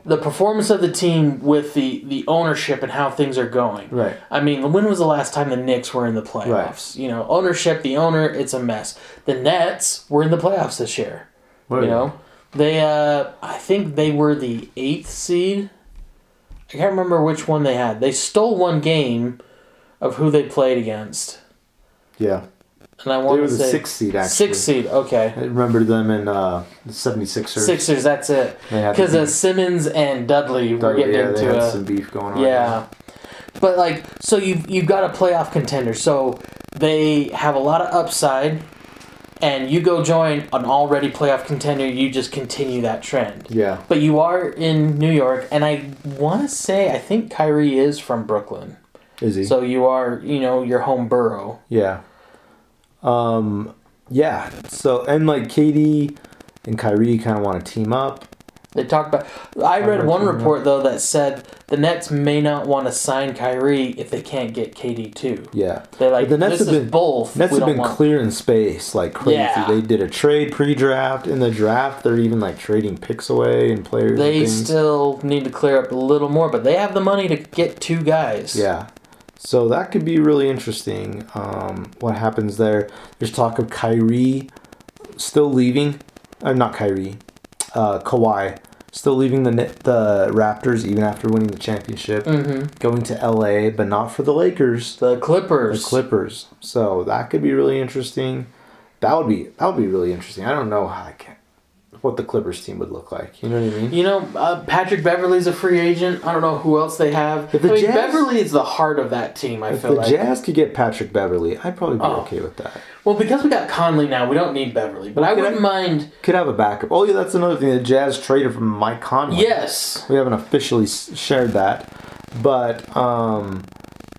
Speaker 4: the performance of the team with the, the ownership and how things are going.
Speaker 3: Right.
Speaker 4: I mean, when was the last time the Knicks were in the playoffs? You know, ownership, the owner, it's a mess. The Nets were in the playoffs this year.
Speaker 3: Were
Speaker 4: you
Speaker 3: they?
Speaker 4: know, they uh, I think they were the eighth seed. I can't remember which one they had. They stole one game of who they played against,
Speaker 3: Yeah.
Speaker 4: and I
Speaker 3: They
Speaker 4: want
Speaker 3: were
Speaker 4: to
Speaker 3: the
Speaker 4: say
Speaker 3: sixth seed, actually.
Speaker 4: sixth seed. Okay,
Speaker 3: I remember them in uh, the 76ers.
Speaker 4: Sixers, that's it.
Speaker 3: They had
Speaker 4: Because
Speaker 3: the
Speaker 4: uh,
Speaker 3: beef.
Speaker 4: Simmons and Dudley were
Speaker 3: Dudley,
Speaker 4: getting
Speaker 3: Oh, yeah, they
Speaker 4: into
Speaker 3: had
Speaker 4: a,
Speaker 3: some beef going on.
Speaker 4: yeah. But like, so you you've got a playoff contender. So they have a lot of upside, and you go join an already playoff contender. You just continue that trend.
Speaker 3: Yeah.
Speaker 4: But you are in New York, and I want to say I think Kyrie is from Brooklyn.
Speaker 3: Is he?
Speaker 4: So you are, you know, your home borough.
Speaker 3: Yeah. Um. Yeah. So and like Katie and Kyrie kind of want to team up.
Speaker 4: They talk about. I read one
Speaker 3: Brooklyn, yeah.
Speaker 4: report though that said the Nets may not want to sign Kyrie if they can't get KD too.
Speaker 3: Yeah.
Speaker 4: They're like,
Speaker 3: the Nets
Speaker 4: this
Speaker 3: have
Speaker 4: is
Speaker 3: been
Speaker 4: both.
Speaker 3: Nets
Speaker 4: we
Speaker 3: have
Speaker 4: don't
Speaker 3: been
Speaker 4: want.
Speaker 3: clearing space like crazy.
Speaker 4: Yeah.
Speaker 3: They did a trade pre-draft. In the draft, they're even like trading picks away and players. and
Speaker 4: They
Speaker 3: things.
Speaker 4: still need to clear up a little more, but they have the money to get two guys.
Speaker 3: Yeah. So that could be really interesting. Um, what happens there? There's talk of Kyrie still leaving. I'm not Kyrie. Uh, Kawhi still leaving the Ni- the Raptors even after winning the championship,
Speaker 4: Mm-hmm.
Speaker 3: going to LA, but not for the Lakers,
Speaker 4: The
Speaker 3: the
Speaker 4: Clippers.
Speaker 3: Clippers. So that could be really interesting. That would be that would be really interesting. I don't know how I can. what the Clippers team would look like. You know what I mean?
Speaker 4: You know, uh, Patrick Beverly's a free agent. I don't know who else they have.
Speaker 3: If the
Speaker 4: I mean,
Speaker 3: Jazz-
Speaker 4: Beverly is the heart of that team. I
Speaker 3: If
Speaker 4: feel
Speaker 3: the
Speaker 4: like.
Speaker 3: Jazz could get Patrick Beverly, I'd probably be
Speaker 4: Oh.
Speaker 3: okay with that.
Speaker 4: well, because we got Conley now, we don't need Beverly. But I
Speaker 3: Okay.
Speaker 4: wouldn't mind.
Speaker 3: Could have a backup. Oh yeah, that's another thing. The Jazz traded from Mike Conley.
Speaker 4: Yes.
Speaker 3: we haven't officially s- shared that, but um,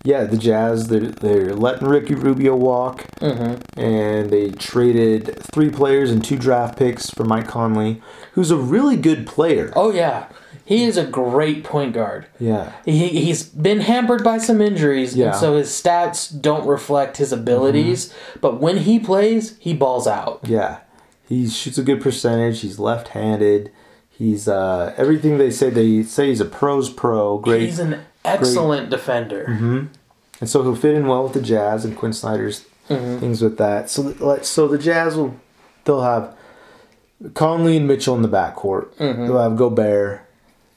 Speaker 3: yeah, the Jazz they're, they're letting Ricky Rubio walk,
Speaker 4: Mm-hmm.
Speaker 3: and they traded three players and two draft picks for Mike Conley, who's a really good player.
Speaker 4: Oh yeah, he is a great point guard.
Speaker 3: Yeah,
Speaker 4: He, he's been hampered by some injuries,
Speaker 3: Yeah.
Speaker 4: and so his stats don't reflect his abilities.
Speaker 3: Mm-hmm.
Speaker 4: But when he plays, he balls out.
Speaker 3: yeah, he shoots a good percentage. He's left-handed. He's uh, everything they say. They say he's a pro's pro. Great. Mm-hmm.
Speaker 4: He's an excellent defender.
Speaker 3: and so he'll fit in well with the Jazz and Quinn Snyder's things with that. So th- like so the Jazz will they'll have Conley and Mitchell in the backcourt. They'll have Gobert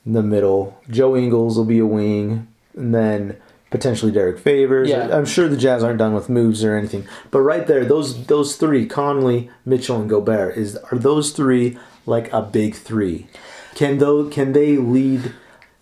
Speaker 3: in the middle. Joe Ingles will be a wing, and then potentially Derek Favors.
Speaker 4: Yeah.
Speaker 3: I'm sure the Jazz aren't done with moves or anything, but right there, those those three Conley, Mitchell, and Gobert is are those three like a big three? Can though can they lead?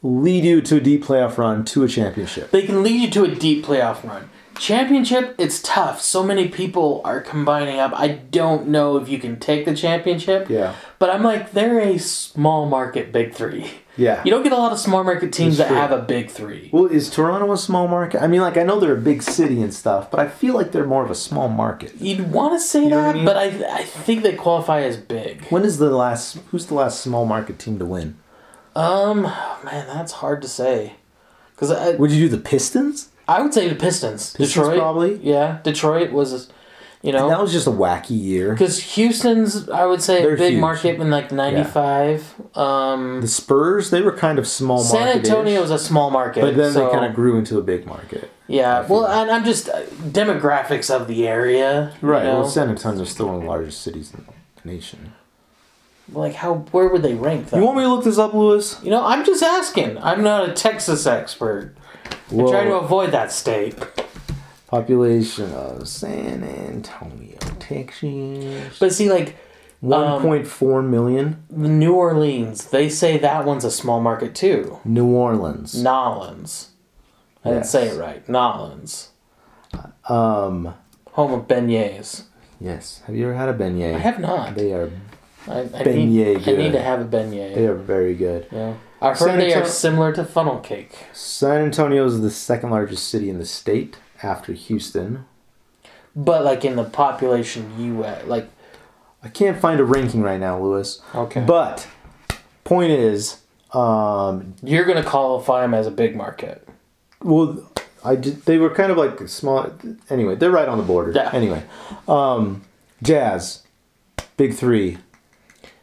Speaker 3: Lead you to a deep playoff run to a championship.
Speaker 4: They can lead you to a deep playoff run. Championship, it's tough. So many people are combining up. I don't know if you can take the championship.
Speaker 3: Yeah.
Speaker 4: But I'm like, they're a small market big three.
Speaker 3: Yeah.
Speaker 4: You don't get a lot of small market teams
Speaker 3: That's
Speaker 4: that
Speaker 3: true.
Speaker 4: have a big three.
Speaker 3: Well, is Toronto a small market? I mean, like I know they're a big city and stuff, but I feel like they're more of a small market.
Speaker 4: You'd want to say
Speaker 3: know what I
Speaker 4: that,
Speaker 3: mean?
Speaker 4: but I, I think they qualify as big.
Speaker 3: When is the last? Who's the last small market team to win?
Speaker 4: Um, man, that's hard to say. Because I,
Speaker 3: Would you do the Pistons?
Speaker 4: I would say the Pistons.
Speaker 3: Pistons
Speaker 4: Detroit.
Speaker 3: probably.
Speaker 4: Yeah, Detroit was, you know.
Speaker 3: That was just a wacky year.
Speaker 4: Because Houston's, I would say,
Speaker 3: They're
Speaker 4: a big
Speaker 3: huge.
Speaker 4: market in like '95. Um,
Speaker 3: The Spurs, they were kind of small
Speaker 4: San
Speaker 3: market.
Speaker 4: Antonio is a small market,
Speaker 3: but then
Speaker 4: so,
Speaker 3: they kind of grew into a big market.
Speaker 4: yeah.
Speaker 3: feel
Speaker 4: Well,
Speaker 3: that.
Speaker 4: and I'm just uh, demographics of the area, you
Speaker 3: Right.
Speaker 4: know?
Speaker 3: Well, San Antonio's still one of the largest cities in the nation.
Speaker 4: like how where would they rank though?
Speaker 3: You want me to look this up, Lewis?
Speaker 4: You know, I'm just asking. I'm not a Texas expert. I try to
Speaker 3: Well-
Speaker 4: avoid that state.
Speaker 3: Population of San Antonio, Texas.
Speaker 4: But um, see, like
Speaker 3: One point four million.
Speaker 4: New Orleans, they say that one's a small market too.
Speaker 3: New Orleans.
Speaker 4: Nolans, I didn't
Speaker 3: Yes.
Speaker 4: say it right. Nolans,
Speaker 3: Um.
Speaker 4: home of beignets.
Speaker 3: Yes. Have you ever had a beignet?
Speaker 4: I have not.
Speaker 3: They are
Speaker 4: I, I
Speaker 3: Beignet
Speaker 4: need, I need
Speaker 3: good.
Speaker 4: to have a beignet.
Speaker 3: they are very good.
Speaker 4: Yeah. I've
Speaker 3: San
Speaker 4: heard they are
Speaker 3: Antonio-
Speaker 4: similar to funnel cake.
Speaker 3: San Antonio is the second largest city in the state after Houston.
Speaker 4: But like in the population you at, like
Speaker 3: I can't find a ranking right now, Lewis.
Speaker 4: Okay.
Speaker 3: But point is, um,
Speaker 4: you're gonna qualify them as a big market.
Speaker 3: well, I did, they were kind of like small. Anyway, they're right on the border.
Speaker 4: Yeah.
Speaker 3: Anyway, um, Jazz, Big Three.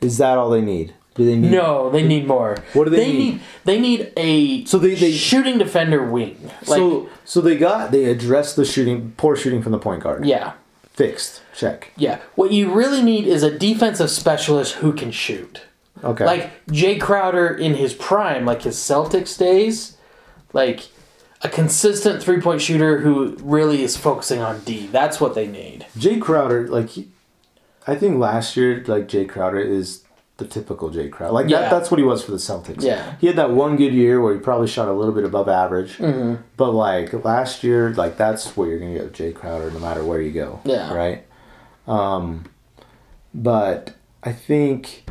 Speaker 3: Is that all they need? Do they need?
Speaker 4: No, they need more.
Speaker 3: What do they need?
Speaker 4: need? They need a
Speaker 3: So they- they-
Speaker 4: shooting defender wing. Like
Speaker 3: so so they got they addressed the shooting poor shooting from the point guard.
Speaker 4: yeah.
Speaker 3: Fixed. Check.
Speaker 4: Yeah. What you really need is a defensive specialist who can shoot.
Speaker 3: Okay.
Speaker 4: Like Jay Crowder in his prime, like his Celtics days, like a consistent three point shooter who really is focusing on D. That's what they need.
Speaker 3: Jay Crowder, like, he- I think last year, like Jay Crowder is the typical Jay Crowder. Like
Speaker 4: Yeah.
Speaker 3: that, that's what he was for the Celtics.
Speaker 4: Yeah.
Speaker 3: he had that one good year where he probably shot a little bit above average.
Speaker 4: Mm-hmm.
Speaker 3: But like last year, like that's where you're gonna get with Jay Crowder, no matter where you go.
Speaker 4: Yeah.
Speaker 3: right. Um, but I think,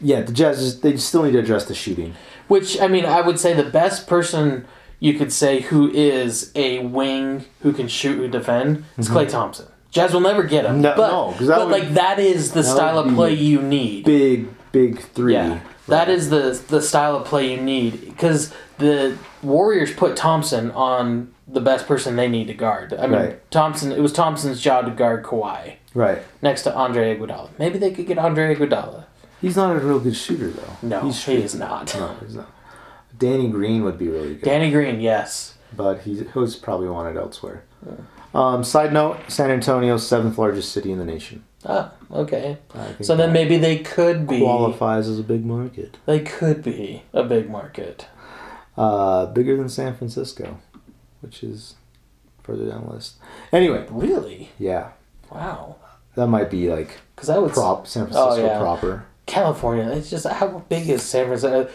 Speaker 3: yeah, the Jazz is, they still need to address the shooting.
Speaker 4: Which I mean, I would say the best person you could say who is a wing who can shoot who defend is Clay Thompson. Jazz will never get him.
Speaker 3: Mm-hmm. No-
Speaker 4: but,
Speaker 3: no, 'cause that
Speaker 4: but
Speaker 3: would-
Speaker 4: like that is the style
Speaker 3: would
Speaker 4: of
Speaker 3: be
Speaker 4: play you need.
Speaker 3: Big, big three.
Speaker 4: yeah, that is the the style of play you need because the Warriors put Thompson on the best person they need to guard. I mean,
Speaker 3: Right.
Speaker 4: Thompson. It was Thompson's job to guard Kawhi
Speaker 3: right.
Speaker 4: next to Andre Iguodala. Maybe they could get Andre Iguodala.
Speaker 3: He's not a real good shooter though.
Speaker 4: No,
Speaker 3: he's
Speaker 4: he is not.
Speaker 3: No, he's not. Danny Green would be really good,
Speaker 4: Danny Green, yes.
Speaker 3: but he's, he was probably wanted elsewhere. Um, side note: San Antonio's seventh largest city in the nation.
Speaker 4: Ah, okay.
Speaker 3: I think
Speaker 4: So then
Speaker 3: that
Speaker 4: maybe they could be
Speaker 3: qualifies as a big market,
Speaker 4: They could be a big market.
Speaker 3: uh, bigger than San Francisco, which is further down the list. Anyway,
Speaker 4: Really?
Speaker 3: yeah,
Speaker 4: Wow.
Speaker 3: that might be like
Speaker 4: Because I would.
Speaker 3: prop San Francisco
Speaker 4: oh, yeah.
Speaker 3: proper.
Speaker 4: California. It's just how big is San Francisco?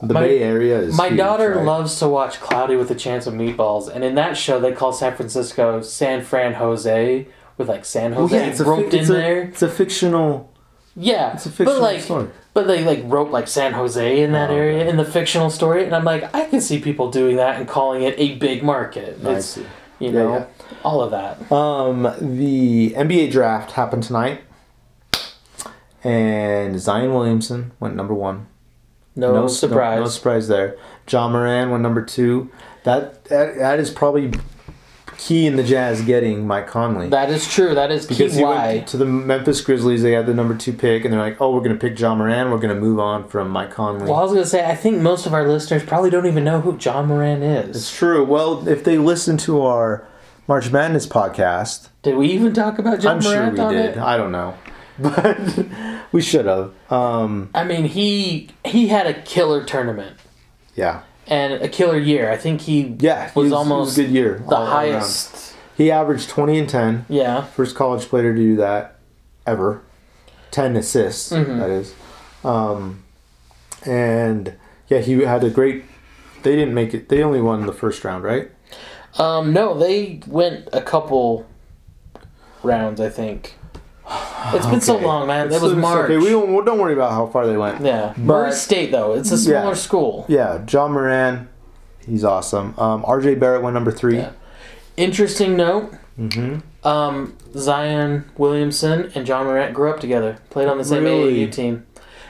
Speaker 3: The
Speaker 4: My-
Speaker 3: Bay Area is.
Speaker 4: My
Speaker 3: huge,
Speaker 4: daughter
Speaker 3: right?
Speaker 4: loves to watch Cloudy with a Chance of Meatballs, and in that show, they call San Francisco San Fran Jose with like San
Speaker 3: Well,
Speaker 4: Jose
Speaker 3: yeah, it's a, fi-
Speaker 4: roped in
Speaker 3: it's, a,
Speaker 4: there.
Speaker 3: it's a fictional.
Speaker 4: Yeah,
Speaker 3: It's a fictional
Speaker 4: but like,
Speaker 3: story.
Speaker 4: but they like wrote like San Jose in that
Speaker 3: Oh,
Speaker 4: area
Speaker 3: okay.
Speaker 4: in the fictional story, and I'm like, I can see people doing that and calling it a big market.
Speaker 3: I
Speaker 4: It's,
Speaker 3: see.
Speaker 4: You
Speaker 3: Yeah,
Speaker 4: know,
Speaker 3: yeah.
Speaker 4: all of that.
Speaker 3: Um, the NBA draft happened tonight, and Zion Williamson went number one.
Speaker 4: No,
Speaker 3: no
Speaker 4: surprise.
Speaker 3: No, no surprise there. John Moran went number two. That that, that is probably key in the Jazz getting Mike Conley.
Speaker 4: that is true. That is
Speaker 3: because
Speaker 4: key.
Speaker 3: he
Speaker 4: Why?
Speaker 3: went to the Memphis Grizzlies, they had the number two pick, and they're like, "Oh, we're gonna pick John Moran. We're gonna move on from Mike Conley."
Speaker 4: Well, I was gonna say, I think most of our listeners probably don't even know who John Moran
Speaker 3: It's
Speaker 4: is.
Speaker 3: true. Well, if they listen to our March Madness podcast,
Speaker 4: Did we even talk about John
Speaker 3: I'm sure
Speaker 4: Moran
Speaker 3: we
Speaker 4: on
Speaker 3: did.
Speaker 4: it?
Speaker 3: I don't know, but we should have. Um,
Speaker 4: I mean, he he had a killer tournament
Speaker 3: yeah,
Speaker 4: and a killer year. I think he
Speaker 3: yeah. he
Speaker 4: was
Speaker 3: he
Speaker 4: almost
Speaker 3: a good year.
Speaker 4: the
Speaker 3: all around.
Speaker 4: highest.
Speaker 3: He averaged 20 and 10.
Speaker 4: Yeah,
Speaker 3: First college player to do that ever. 10 assists,
Speaker 4: Mm-hmm.
Speaker 3: that is. Um, and yeah, he had a great. They didn't make it. They only won the first round, right?
Speaker 4: Um, no, they went a couple rounds, I think. It's been so
Speaker 3: Okay.
Speaker 4: long, man. It
Speaker 3: It's-
Speaker 4: was
Speaker 3: it's
Speaker 4: March.
Speaker 3: Okay, we don't, we don't worry about how far they went.
Speaker 4: yeah,
Speaker 3: But-
Speaker 4: Murray State though. It's a
Speaker 3: Yeah.
Speaker 4: smaller school.
Speaker 3: Yeah, John Moran, he's awesome. Um, RJ Barrett went number three.
Speaker 4: Yeah. Interesting note. Um, Zion Williamson and John Morant grew up together. Played on the same
Speaker 3: Really?
Speaker 4: AAU team,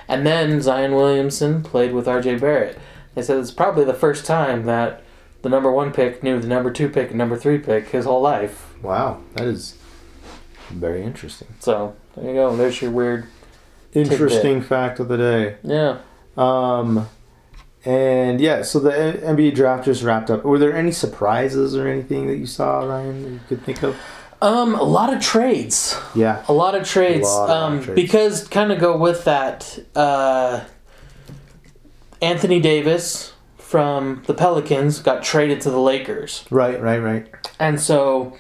Speaker 4: and then Zion Williamson played with R.J. Barrett. They said it's probably the first time that the number one pick knew the number two pick and number three pick his whole life.
Speaker 3: Wow, that is very interesting.
Speaker 4: So there you go. There's your weird.
Speaker 3: Interesting fact of the day.
Speaker 4: Yeah.
Speaker 3: Um, and yeah, so the N- NBA draft just wrapped up. Were there any surprises or anything that you saw, Ryan, that you could think of?
Speaker 4: Um, a lot of trades.
Speaker 3: Yeah.
Speaker 4: A lot of trades.
Speaker 3: A lot, a lot
Speaker 4: um,
Speaker 3: of trades.
Speaker 4: because kind of go with that. Uh, Anthony Davis from the Pelicans got traded to the Lakers,
Speaker 3: Right, right, right.
Speaker 4: and so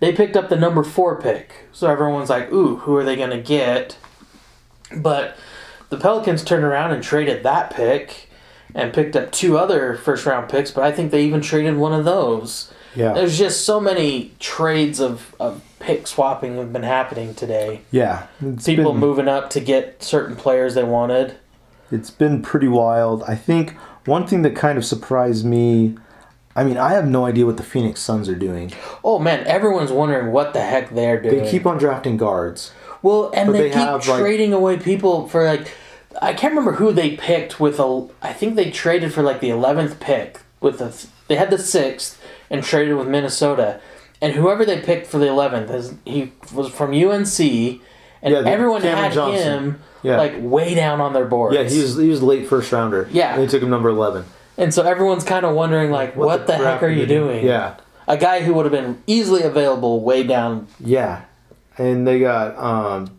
Speaker 4: they picked up the number four pick. So everyone's like, "Ooh, who are they gonna get?" But the Pelicans turned around and traded that pick, and picked up two other first round picks. But I think they even traded one of those.
Speaker 3: Yeah.
Speaker 4: There's just so many trades of, of pick swapping have been happening today.
Speaker 3: Yeah. It's
Speaker 4: People
Speaker 3: been,
Speaker 4: moving up to get certain players they wanted.
Speaker 3: It's been pretty wild. I think one thing that kind of surprised me. I mean, I have no idea what the Phoenix Suns are doing.
Speaker 4: Oh man, everyone's wondering what the heck they're doing.
Speaker 3: They keep on drafting guards.
Speaker 4: well, and
Speaker 3: but
Speaker 4: they,
Speaker 3: they
Speaker 4: keep
Speaker 3: have, like-
Speaker 4: trading away people for like I can't remember who they picked with a. I think they traded for like the eleventh pick with the. They had the sixth and traded with Minnesota, and whoever they picked for the eleventh is he was from UNC, and
Speaker 3: Yeah, the-
Speaker 4: everyone
Speaker 3: Cameron
Speaker 4: had
Speaker 3: Johnson.
Speaker 4: him
Speaker 3: Yeah.
Speaker 4: like way down on their boards.
Speaker 3: Yeah, he was he was late first rounder.
Speaker 4: Yeah.
Speaker 3: they took him number eleven.
Speaker 4: And so everyone's kind of wondering, like, what, the,
Speaker 3: crap
Speaker 4: heck are you
Speaker 3: they
Speaker 4: doing?
Speaker 3: Yeah,
Speaker 4: A guy who would have been easily available way down.
Speaker 3: yeah, and they got um,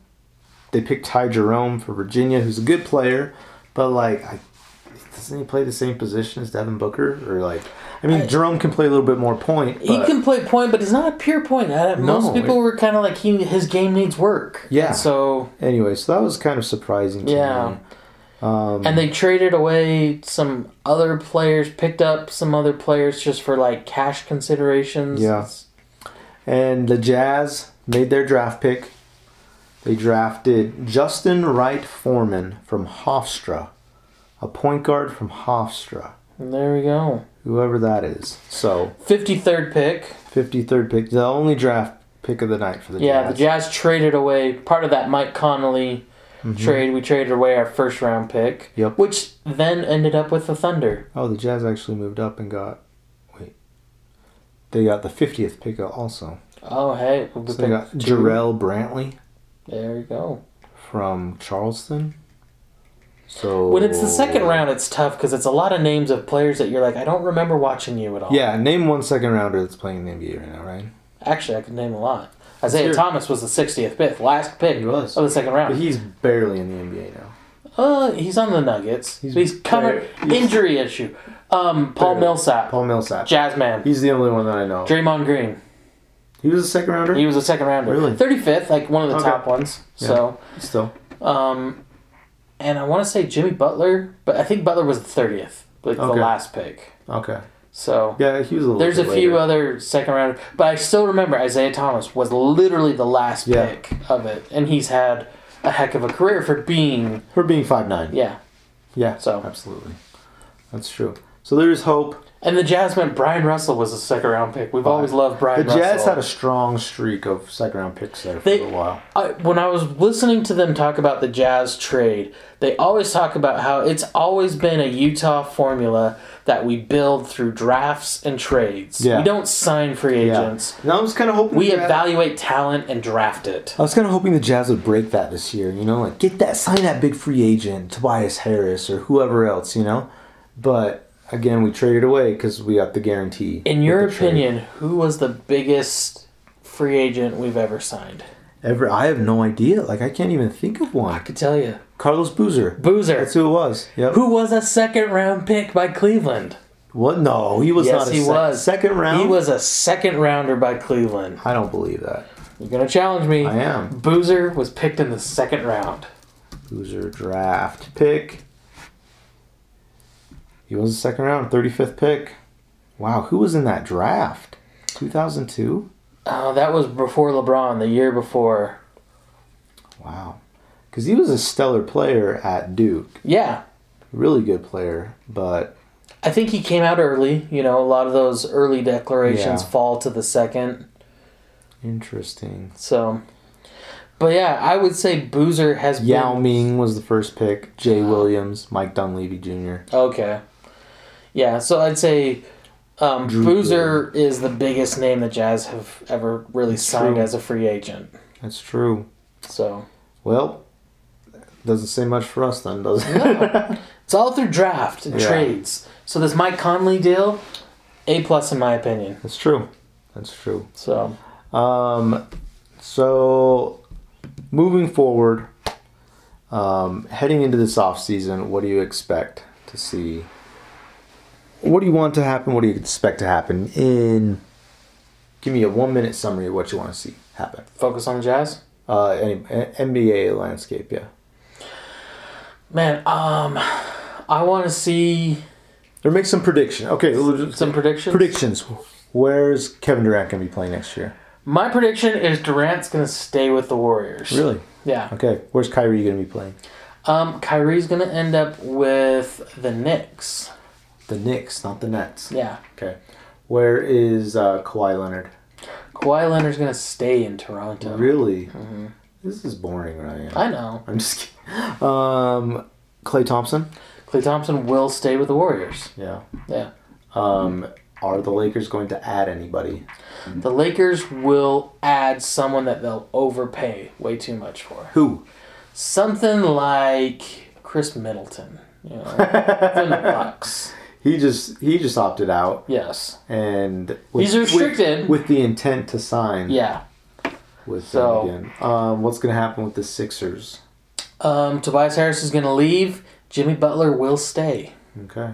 Speaker 3: they picked Ty Jerome for Virginia, who's a good player, but like, I, doesn't he play the same position as Devin Booker? Or like, I mean, Jerome can play a little bit more point.
Speaker 4: he
Speaker 3: but-
Speaker 4: can play point, but he's not a pure point. Uh,
Speaker 3: No,
Speaker 4: Most people
Speaker 3: it-
Speaker 4: were kind of like, he his game needs work.
Speaker 3: Yeah.
Speaker 4: And so,
Speaker 3: Anyway, so that was kind of surprising. To
Speaker 4: Yeah.
Speaker 3: me. Mm-hmm.
Speaker 4: and
Speaker 3: Um,
Speaker 4: they traded away some other players, picked up some other players just for like cash considerations.
Speaker 3: Yeah. And the Jazz made their draft pick. They drafted Justin Wright Foreman from Hofstra, a point guard from Hofstra,
Speaker 4: And there we go.
Speaker 3: whoever that is. So
Speaker 4: 53rd pick.
Speaker 3: 53rd pick, the only draft pick of the night for the
Speaker 4: Yeah,
Speaker 3: Jazz. Mm-hmm.
Speaker 4: the Jazz traded away part of that Mike Connolly trade. We traded away our first round pick,
Speaker 3: Yep.
Speaker 4: which then ended up with the Thunder.
Speaker 3: Oh, the Jazz actually moved up and got. Wait. They got the 50th pick also.
Speaker 4: Oh hey, we
Speaker 3: So they got
Speaker 4: picked two.
Speaker 3: Jarrell Brantley
Speaker 4: There you go.
Speaker 3: from Charleston. So
Speaker 4: When it's the second round, it's tough because it's a lot of names of players that you're like, I don't remember watching you at all.
Speaker 3: Yeah, name one second rounder that's playing in the NBA right now, right?
Speaker 4: actually, I could name a lot. Isaiah
Speaker 3: hear it.
Speaker 4: Thomas was the 60th pick, last pick
Speaker 3: He was.
Speaker 4: of the second
Speaker 3: But
Speaker 4: round.
Speaker 3: he's barely in the NBA now.
Speaker 4: uh, he's on the Nuggets. He's,
Speaker 3: He's
Speaker 4: covered
Speaker 3: very- he's-
Speaker 4: injury issue. Um, Paul
Speaker 3: Barely.
Speaker 4: Millsap,
Speaker 3: Paul Millsap.
Speaker 4: Jazzman,
Speaker 3: He's the only one that I know.
Speaker 4: Draymond Green.
Speaker 3: He was a second rounder.
Speaker 4: He was a second rounder.
Speaker 3: Really?
Speaker 4: 35th, like one of the
Speaker 3: Okay.
Speaker 4: top ones. So,
Speaker 3: Still,
Speaker 4: um, and I want to say Jimmy Butler, but I think Butler was the thirtieth, like
Speaker 3: Okay.
Speaker 4: the last pick.
Speaker 3: Okay.
Speaker 4: So
Speaker 3: Yeah, he was a little.
Speaker 4: there's a
Speaker 3: bit
Speaker 4: few
Speaker 3: later.
Speaker 4: other second round, but I still remember Isaiah Thomas was literally the last
Speaker 3: Yeah.
Speaker 4: pick of it, and he's had a heck of a career for being
Speaker 3: For being five nine.
Speaker 4: uh, yeah.
Speaker 3: Yeah.
Speaker 4: So-
Speaker 3: absolutely, that's true. So there is hope.
Speaker 4: And the Jazz meant Brian Russell was a second round pick. We've always loved
Speaker 3: The
Speaker 4: Brian.
Speaker 3: Jazz
Speaker 4: Russell.
Speaker 3: had a strong streak of second round picks there for
Speaker 4: They-
Speaker 3: a while.
Speaker 4: I, when I was listening to them talk about the Jazz trade, they always talk about how it's always been a Utah formula that we build through drafts and trades.
Speaker 3: Yeah.
Speaker 4: We don't sign free
Speaker 3: Yeah.
Speaker 4: agents.
Speaker 3: And I was kind of hoping
Speaker 4: We
Speaker 3: the Jazz-
Speaker 4: evaluate talent and draft it.
Speaker 3: I was kind of hoping the Jazz would break that this year, you know, like get that sign that big free agent, Tobias Harris or whoever else, you know. But again, we traded away because we got the guarantee.
Speaker 4: In
Speaker 3: with
Speaker 4: your
Speaker 3: the trade.
Speaker 4: opinion, who was the biggest free agent we've ever signed?
Speaker 3: ever I have no idea. Like I can't even think of
Speaker 4: I
Speaker 3: one.
Speaker 4: could tell you.
Speaker 3: Carlos Boozer.
Speaker 4: Boozer.
Speaker 3: That's who it was. Yep.
Speaker 4: Who was a second round pick by Cleveland?
Speaker 3: What? No, he was
Speaker 4: yes,
Speaker 3: not. A
Speaker 4: he
Speaker 3: sec-
Speaker 4: was.
Speaker 3: second round.
Speaker 4: He was a second rounder by Cleveland.
Speaker 3: I don't believe that.
Speaker 4: You're gonna challenge me.
Speaker 3: I am.
Speaker 4: Boozer was picked in the second round.
Speaker 3: Boozer draft pick. He was a second round, thirty fifth pick. Wow, who was in that draft? Two thousand two.
Speaker 4: Oh, that was before LeBron, the year before.
Speaker 3: Wow. Because he was a stellar player at Duke.
Speaker 4: Yeah.
Speaker 3: Really good player, but
Speaker 4: I think he came out early. You know, a lot of those early declarations
Speaker 3: Yeah.
Speaker 4: fall to the second.
Speaker 3: interesting.
Speaker 4: So, but yeah, I would say Boozer has
Speaker 3: Yao
Speaker 4: been.
Speaker 3: Ming was the first pick. Jay Williams, Mike Dunleavy Jr.
Speaker 4: Okay. Yeah, so I'd say um,
Speaker 3: Drew
Speaker 4: Boozer is the biggest name the Jazz have ever really signed
Speaker 3: true.
Speaker 4: as a free agent.
Speaker 3: That's true.
Speaker 4: So
Speaker 3: Well, doesn't say much for us then, does it?
Speaker 4: it's all through draft and
Speaker 3: Yeah.
Speaker 4: trades. So this Mike Conley deal, A plus in my opinion.
Speaker 3: That's true. That's true.
Speaker 4: So
Speaker 3: Um, so, moving forward, um, heading into this offseason, what do you expect to see? What do you want to happen? What do you expect to happen? In give me a one minute summary of what you want to see happen.
Speaker 4: focus on the Jazz.
Speaker 3: Uh, any, a- NBA landscape, yeah.
Speaker 4: Man, um, I want to see
Speaker 3: Or make some prediction. Okay, we'll just-
Speaker 4: some predictions.
Speaker 3: predictions. Where's Kevin Durant gonna be playing next year?
Speaker 4: My prediction is Durant's gonna stay with the Warriors.
Speaker 3: Really?
Speaker 4: Yeah.
Speaker 3: Okay. Where's Kyrie gonna be playing?
Speaker 4: Um, Kyrie's gonna end up with the Knicks.
Speaker 3: The Knicks, not the Nets.
Speaker 4: Yeah.
Speaker 3: Okay. Where is uh, Kawhi Leonard?
Speaker 4: Kawhi Leonard's gonna stay in Toronto.
Speaker 3: Really?
Speaker 4: Mm-hmm.
Speaker 3: This is boring, Ryan.
Speaker 4: I know.
Speaker 3: I'm just kidding. Um, Clay Thompson?
Speaker 4: Clay Thompson will stay with the Warriors.
Speaker 3: Yeah.
Speaker 4: Yeah.
Speaker 3: Um, are the Lakers going to add anybody?
Speaker 4: The Lakers will add someone that they'll overpay way too much for.
Speaker 3: Who?
Speaker 4: Something like Chris Middleton. You know, from the Bucks.
Speaker 3: He just he just opted out
Speaker 4: Yes.
Speaker 3: and
Speaker 4: He's restricted.
Speaker 3: with, with the intent to sign
Speaker 4: Yeah.
Speaker 3: with
Speaker 4: So-
Speaker 3: them again. Um, what's going to happen with the Sixers?
Speaker 4: Um, Tobias Harris is going to leave. Jimmy Butler will stay.
Speaker 3: Okay.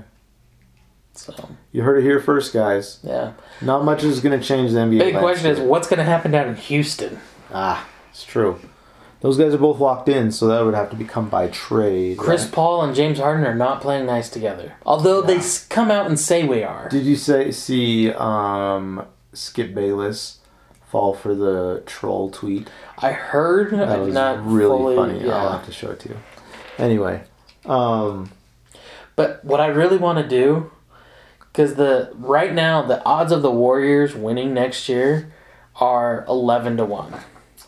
Speaker 4: So
Speaker 3: You heard it here first, guys.
Speaker 4: yeah.
Speaker 3: Not much is going to change the NBA.
Speaker 4: Big question is
Speaker 3: landscape.
Speaker 4: what's going to happen down in Houston?
Speaker 3: ah, it's true. Those guys are both locked in, so that would have to become by trade.
Speaker 4: Chris
Speaker 3: right?
Speaker 4: Paul and James Harden are not playing nice together. Although they s- come out and say we are.
Speaker 3: Did you say see um, Skip Bayless fall for the troll tweet?
Speaker 4: I heard. I
Speaker 3: That
Speaker 4: did
Speaker 3: was
Speaker 4: not
Speaker 3: really
Speaker 4: fully,
Speaker 3: funny. I'll
Speaker 4: Yeah.
Speaker 3: have to show it to you. Anyway, um,
Speaker 4: But what I really want to do, because the right now the odds of the Warriors winning next year are eleven to one,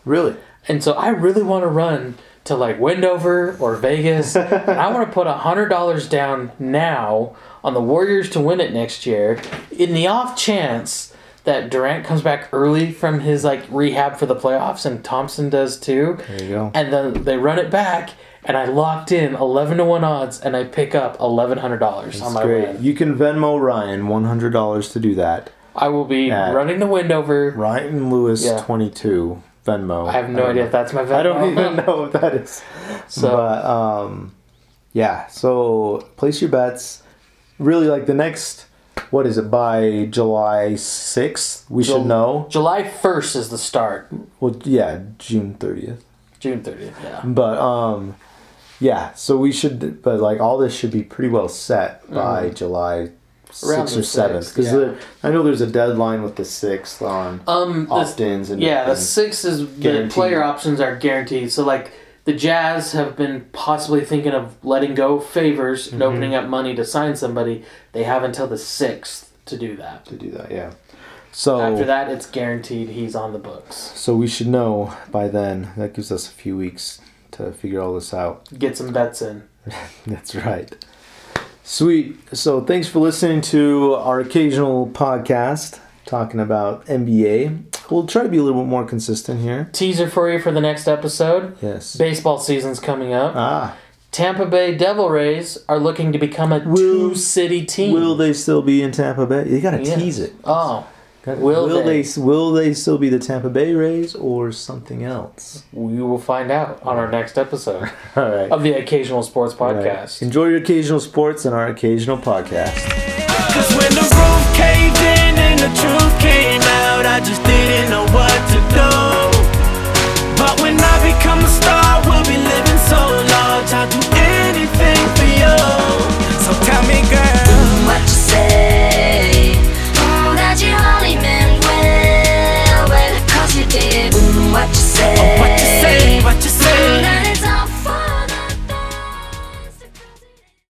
Speaker 3: really,
Speaker 4: and so I really want to run to like Wendover or Vegas. and I want to put hundred dollars down now on the Warriors to win it next year, in the off chance. That Durant comes back early from his like rehab for the playoffs, and Thompson does too.
Speaker 3: there you go.
Speaker 4: And then they run it back, and I locked in eleven to one odds, and I pick up eleven hundred dollars
Speaker 3: That's
Speaker 4: on my
Speaker 3: great.
Speaker 4: win.
Speaker 3: You can Venmo Ryan one hundred dollars to do that.
Speaker 4: I will be
Speaker 3: Yeah.
Speaker 4: running the wind over.
Speaker 3: Ryan Lewis
Speaker 4: Yeah.
Speaker 3: twenty two Venmo.
Speaker 4: I have no
Speaker 3: don't
Speaker 4: idea if that's my. Venmo.
Speaker 3: I don't even know if that is.
Speaker 4: So-
Speaker 3: but um, yeah. So place your bets. Really, like the next, what is it? By July sixth, we
Speaker 4: Jul-
Speaker 3: should know.
Speaker 4: July first is the start.
Speaker 3: Well, yeah, June thirtieth.
Speaker 4: June thirtieth. Yeah.
Speaker 3: But um, Yeah, so we should, but like all this should be pretty well set by July
Speaker 4: Mm-hmm. Around
Speaker 3: sixth
Speaker 4: the
Speaker 3: or seventh
Speaker 4: 6th,
Speaker 3: because
Speaker 4: yeah.
Speaker 3: I know there's a deadline with the sixth on
Speaker 4: Um, the-
Speaker 3: opt-ins and
Speaker 4: Yeah, the
Speaker 3: and-
Speaker 4: six is the
Speaker 3: Guaranteed.
Speaker 4: player options are guaranteed. So like the Jazz have been possibly thinking of letting go favors and
Speaker 3: Mm-hmm.
Speaker 4: opening up money to sign somebody. They have until the sixth to do that.
Speaker 3: to do that. Yeah, so
Speaker 4: After that, it's guaranteed he's on the books.
Speaker 3: so we should know by then. That gives us a few weeks to figure all this out.
Speaker 4: Get some bets in.
Speaker 3: That's right. Sweet. So thanks for listening to our occasional podcast talking about NBA. We'll try to be a little bit more consistent here.
Speaker 4: Teaser for you for the next episode.
Speaker 3: Yes.
Speaker 4: Baseball season's coming up.
Speaker 3: Ah,
Speaker 4: Tampa Bay Devil Rays are looking to become a
Speaker 3: Will-
Speaker 4: two-city team.
Speaker 3: will they still be in Tampa Bay? You gotta
Speaker 4: Yeah.
Speaker 3: tease it.
Speaker 4: Oh,
Speaker 3: Gotta-
Speaker 4: Will
Speaker 3: they?
Speaker 4: they?
Speaker 3: Will they still be the Tampa Bay Rays or something else?
Speaker 4: we will find out on our next episode
Speaker 3: All right.
Speaker 4: of the Occasional Sports
Speaker 3: All right.
Speaker 4: Podcast.
Speaker 3: Enjoy your occasional sports and our occasional podcast.
Speaker 2: Cause when the roof caved in and the truth came out, I just didn't know what to do. But when I become a star, we'll be living so large. I'll do
Speaker 1: Oh, Mm,